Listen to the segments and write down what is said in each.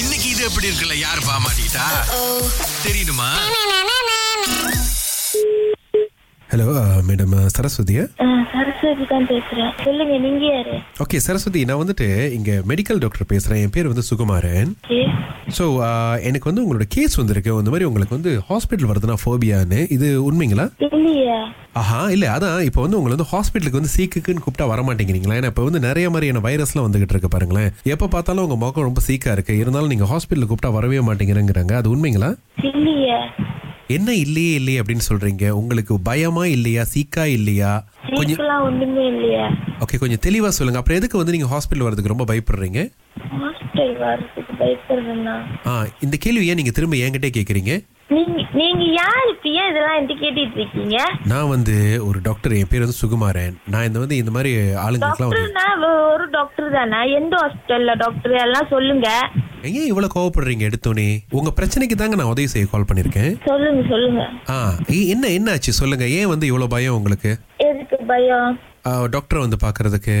இன்னைக்கு இது எப்படி இருக்குல்ல யார் பாமாட்டா தெரியுமா ஹலோ மேடம் சரஸ்வதியா ஆ, சரஸ்வதி தான் பேசுறேன் சொல்லுங்க நீங்க யாரு ஓகே சரஸ்வதி நான் வந்துட்டு இங்க மெடிக்கல் டாக்டர் பேசுறேன் என் பேர் வந்து சுகுமாரன் ஏ, ஸோ எனக்கு வந்து உங்களோட கேஸ் வந்திருக்கு இந்த மாதிரி உங்களுக்கு வந்து ஹாஸ்பிட்டல் வருதுன்னா ஃபோபியான்னு இது உண்மைங்களா இல்லையா ஆஹா இல்லை அதான் இப்போ வந்து உங்களை வந்து ஹாஸ்பிட்டலுக்கு வந்து சீக்குக்குன்னு கூப்பிட்டா வர மாட்டேங்கிறீங்களா ஏன்னா இப்போ வந்து நிறைய மாதிரியான வைரஸ்லாம் வந்துகிட்டு இருக்கு பாருங்களேன் எப்போ பார்த்தாலும் உங்க முகம் ரொம்ப சீக்கா இருக்கு இருந்தாலும் நீங்க ஹாஸ்பிட்டலுக்கு கூப்பிட்டா வரவே மாட்டேங்கிறேங்கிறாங்க அது உண்மைங்களா இல்லையா என்ன இல்லையே இல்லையே அப்படின்னு சொல்றீங்க உங்களுக்கு பயமா இல்லையா சீக்கா இல்லையா கொஞ்சம் சீக்கெல்லாம் ஒண்ணுமே இல்லையா ஓகே கொஞ்சம் தெளிவா சொல்லுங்க அப்புறம் எதுக்கு வந்து நீங்க ஹாஸ்பிட்டல் வரதுக்கு ரொம்ப பயப்படுறீங்க ஹாஸ்டல் வர்றதுக்கு பயப்படுறேன்னா ஆ இந்த கேள்வி ஏன் நீங்க திரும்ப என்கிட்டே கேக்குறீங்க நீங்க நீங்க யார் இப்ப ஏன் இதெல்லாம் என்கிட்ட கேட்டுட்டு இருக்கீங்க நான் வந்து ஒரு டாக்டர் என் பேர் வந்து சுகுமாரன் நான் இந்த வந்து இந்த மாதிரி ஆளுங்களுக்குலாம் வந்து டாக்டர்னா வ- ஒரு டாக்டர் தானே எந்த ஹாஸ்பிட்டல்ல டாக்டர் எல்லாம் சொல்லுங்க ஏன் இவ்வளவு கோவப்படுறீங்க எடுத்தோனே உங்க பிரச்சனைக்கு தாங்க நான் உதவி செய்ய கால் பண்ணிருக்கேன் சொல்லுங்க சொல்லுங்க ஆ ஏ- என்ன என்ன ஆச்சு சொல்லுங்க ஏன் வந்து இவ்வளவு பயம் உங்களுக்கு எதுக்கு பயம் டாக்டர் வந்து பாக்குறதுக்கு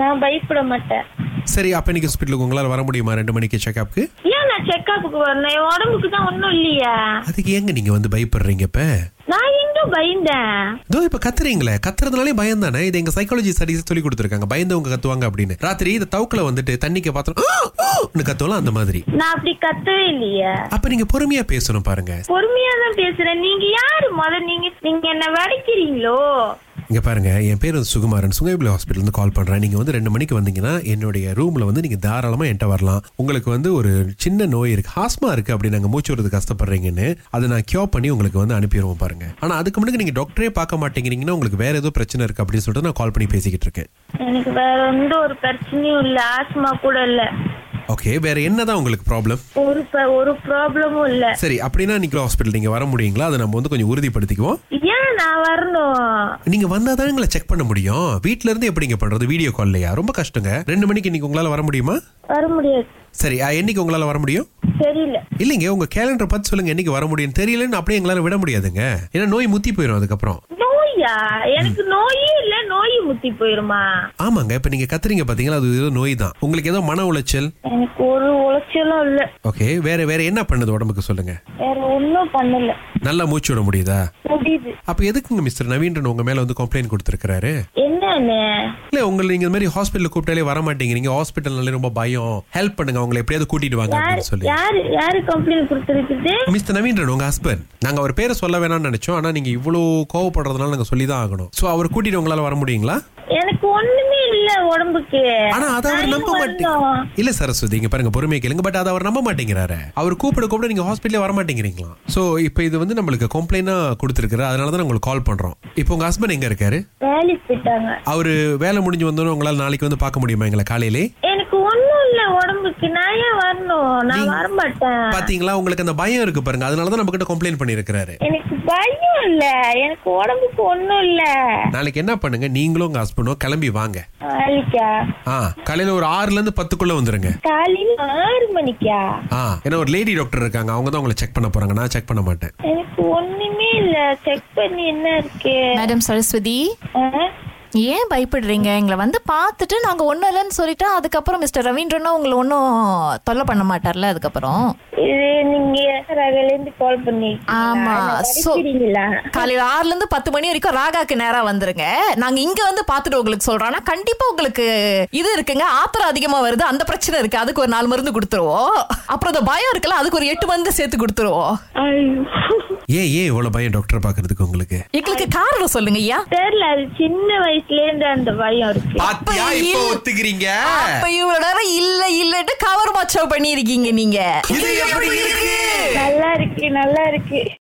நான் பயப்பட மாட்டேன் சரி அப்ப இன்னைக்கு ஹாஸ்பிட்டலுக்கு உங்களால வர முடியுமா ரெண்டு மணிக்கு செக்அப்க்கு ஏன் நான் செக்கப்புக்கு வரணும் என் உடம்புக்கு தான் ஒண்ணும் இல்லையா அதுக்கு ஏங்க நீங்க வந்து பயப்படுறீங்க இப்ப நான் எங்க பயந்தேன் இதோ இப்ப கத்துறீங்களே கத்துறதுனாலே பயம் தானே இது எங்க சைக்காலஜி ஸ்டடிஸ் சொல்லி கொடுத்துருக்காங்க பயந்தவங்க கத்துவாங்க அப்படின்னு ராத்திரி இந்த தவுக்குல வந்துட்டு தண்ணிக்கு பாத்திரம் கத்துவலாம் அந்த மாதிரி நான் அப்படி கத்தவே இல்லையே அப்ப நீங்க பொறுமையா பேசணும் பாருங்க பொறுமையா தான் பேசுறேன் நீங்க யாரு முதல்ல நீங்க நீங்க என்ன வடிக்கிறீங்களோ இங்க பாருங்க என் பேர் வந்து சுகுமாரன் சுகைபிளி ஹாஸ்பிட்டல் இருந்து கால் பண்றேன் நீங்க வந்து ரெண்டு மணிக்கு வந்தீங்கன்னா என்னுடைய ரூம்ல வந்து நீங்க தாராளமா என்கிட்ட வரலாம் உங்களுக்கு வந்து ஒரு சின்ன நோய் இருக்கு ஹாஸ்மா இருக்கு அப்படி நாங்க மூச்சு விடுறது கஷ்டப்படுறீங்கன்னு அதை நான் கியூர் பண்ணி உங்களுக்கு வந்து அனுப்பிடுவோம் பாருங்க ஆனா அதுக்கு முன்னாடி நீங்க டாக்டரே பார்க்க மாட்டேங்கிறீங்கன்னா உங்களுக்கு வேற ஏதோ பிரச்சனை இருக்கு அப்படின்னு சொல்லிட்டு நான் கால் பண்ணி பேசிக்கிட்டு இருக்கேன் எனக்கு வேற எந்த ஒரு பிரச்சனையும் இல்ல ஆஸ்மா கூட இல்ல ஓகே வேற என்னதான் உங்களுக்கு ப்ராப்ளம் ஒரு ப- ஒரு ப்ராப்ளமும் இல்ல சரி அப்படின்னா நீங்க ஹாஸ்பிட்டல் நீங்க வர முடியுங்களா அதை நம்ம வந்து கொஞ்சம் உறுதிப்படுத்திக்குவோம் ஏன் நான் வரணும் நீங்க வந்தா தான் எங்களை செக் பண்ண முடியும் வீட்ல இருந்து எப்படிங்க பண்றது வீடியோ கால்லையா ரொம்ப கஷ்டங்க ரெண்டு மணிக்கு இன்னைக்கு உங்களால வர முடியுமா வர முடியாது சரி அஹ், என்னைக்கு உங்களால வர முடியும் தெரியல இல்லைங்க உங்க கேலண்டர் பார்த்து சொல்லுங்க என்னைக்கு வர முடியும் தெரியலன்னு அப்படியே எங்களால விட முடியாதுங்க ஏன்னா நோய் முத்தி போயிடும் அதுக்கப்புறம் நோயா எனக்கு நோயே இல்ல நோய் முத்தி போயிருமா ஆமாங்க இப்ப நீங்க கத்துறீங்க பாத்தீங்களா அது ஏதோ நோய் தான் உங்களுக்கு ஏதோ மன உளைச்சல் எனக்கு ஒரு உளைச்சலும் இல்ல ஓகே வேற வேற என்ன பண்ணுது உடம்புக்கு சொல்லுங்க வேற ஒண்ணும் பண்ணல நல்லா மூச்சு விட முடியுதா முடியுது அப்ப எதுக்குங்க மிஸ்டர் நவீன்றன் உங்க மேல வந்து கம்ப்ளைண்ட் கொடுத்துருக்காரு என்னன்னு இல்ல உங்களை நீங்க இந்த மாதிரி ஹாஸ்பிட்டல் கூப்பிட்டாலே வர மாட்டேங்கிறீங்க ஹாஸ்பிட்டல்னாலே ரொம்ப பயம் ஹெல்ப் பண்ணுங்க அவங்களை எப்படியாவது கூட்டிட்டு வாங்க அப்படின்னு சொல்லி யாரு யாரு கம்ப்ளைண்ட் கொடுத்துருக்குது மிஸ்டர் நவீன்றன் உங்க ஹஸ்பண்ட் நாங்க அவர் பேரை சொல்ல வேணாம்னு நினைச்சோம் ஆனா நீங்க இவ்வளவு கோவப்படுறதுனால நாங்க சொல்லி தான் ஆகணும் சோ அவர் கூட்டிட்டு உங்களால வர முடியுங்களா எனக்கு ஒண்ணுமே இல்ல உடம்புக்கு ஆனா அத அவர் நான் நம்ப ஏன் மாட்டேங்க வரணும்? இல்ல சரஸ்வதி இங்க பாருங்க பொறுமையை கேளுங்க பட் அதை அவர் நம்ப மாட்டேங்கிறாரு அவர் கூப்பிட கூப்பிட நீங்க ஹாஸ்பிட்டலே வர மாட்டேங்கிறீங்களா சோ இப்போ இது வந்து நம்மளுக்கு கம்ப்ளைண்டா கொடுத்துருக்காரு அதனால தான் உங்களுக்கு கால் பண்றோம் இப்போ உங்க ஹஸ்பண்ட் எங்க இருக்காரு வேலைக்கு போயிட்டாங்க அவரு வேலை முடிஞ்சு வந்தோன்னு உங்களால நாளைக்கு வந்து பார்க்க முடியுமா எங்களை காலையிலே எனக்கு ஒண்ணும் இல்ல உடம்புக்கு நான் ஏன் வரணும் நான் வர மாட்டேன் பாத்தீங்களா உங்களுக்கு அந்த பயம் இருக்கு பாருங்க அதனால தான் நம்ம கிட்ட கம்ப்ளைண்ட் பண்ணிருக்காரு எனக்கு பயம் இல்ல எனக்கு உடம்புக்கு ஒண்ணும் இல்ல நாளைக்கு என்ன பண்ணுங்க நீங்களும் உங்க ஹஸ்பண்டும் கிளம்பி வாங்க வேலைக்கா ஆ காலையில ஒரு ஆறுல இருந்து பத்துக்குள்ள வந்துருங்க காலையில ஆறு மணிக்கா ஆ ஏன்னா ஒரு லேடி டாக்டர் இருக்காங்க அவங்க தான் உங்களை செக் பண்ண போறாங்க நான் செக் பண்ண மாட்டேன் எனக்கு ஒண்ணுமே இல்ல செக் பண்ணி என்ன இருக்கு மேடம் சரஸ்வதி ஆ? ஏன் பயப்படுறீங்க எங்களை வந்து பார்த்துட்டு நாங்க ஒண்ணும் இல்லைன்னு சொல்லிட்டா அதுக்கப்புறம் மிஸ்டர் ரவீந்திரனும் உங்களை ஒன்றும் தொல்லை பண்ண மாட்டார்ல அதுக்கப்புறம் இது நீங்க ரகல இருந்து கால் பண்ணி ஆமா சோ சரிங்களா காலையில ஆறுல இருந்து பத்து மணி வரைக்கும் ராகாக்கு நேரா வந்துருங்க நாங்க இங்க வந்து பார்த்துட்டு உங்களுக்கு சொல்றோம் ஆனா கண்டிப்பா உங்களுக்கு இது இருக்குங்க ஆத்திரம் அதிகமா வருது அந்த பிரச்சனை இருக்கு அதுக்கு ஒரு நாலு மருந்து கொடுத்துருவோம் அப்புறம் இந்த பயம் இருக்குல்ல அதுக்கு ஒரு எட்டு மருந்து சேர்த்து கொடுத்துருவோம் ஐயோ ஏன் ஏன் இவ்வளவு பயம் டாக்டர் பாக்குறதுக்கு உங்களுக்கு எங்களுக்கு காரணம் சொல்லுங்க ஐயா தெரியல அது சின்ன வயசுல இருந்து அந்த பயம் இருக்கு பாத்தியா இப்ப ஒத்துக்கிறீங்க அப்ப இவ்வளவு நேரம் இல்ல இல்லன்னு கவர் மச்சோ பண்ணிருக்கீங்க நீங்க இது எப்படி இருக்கு நல்லா இருக்கு நல்லா இருக்கு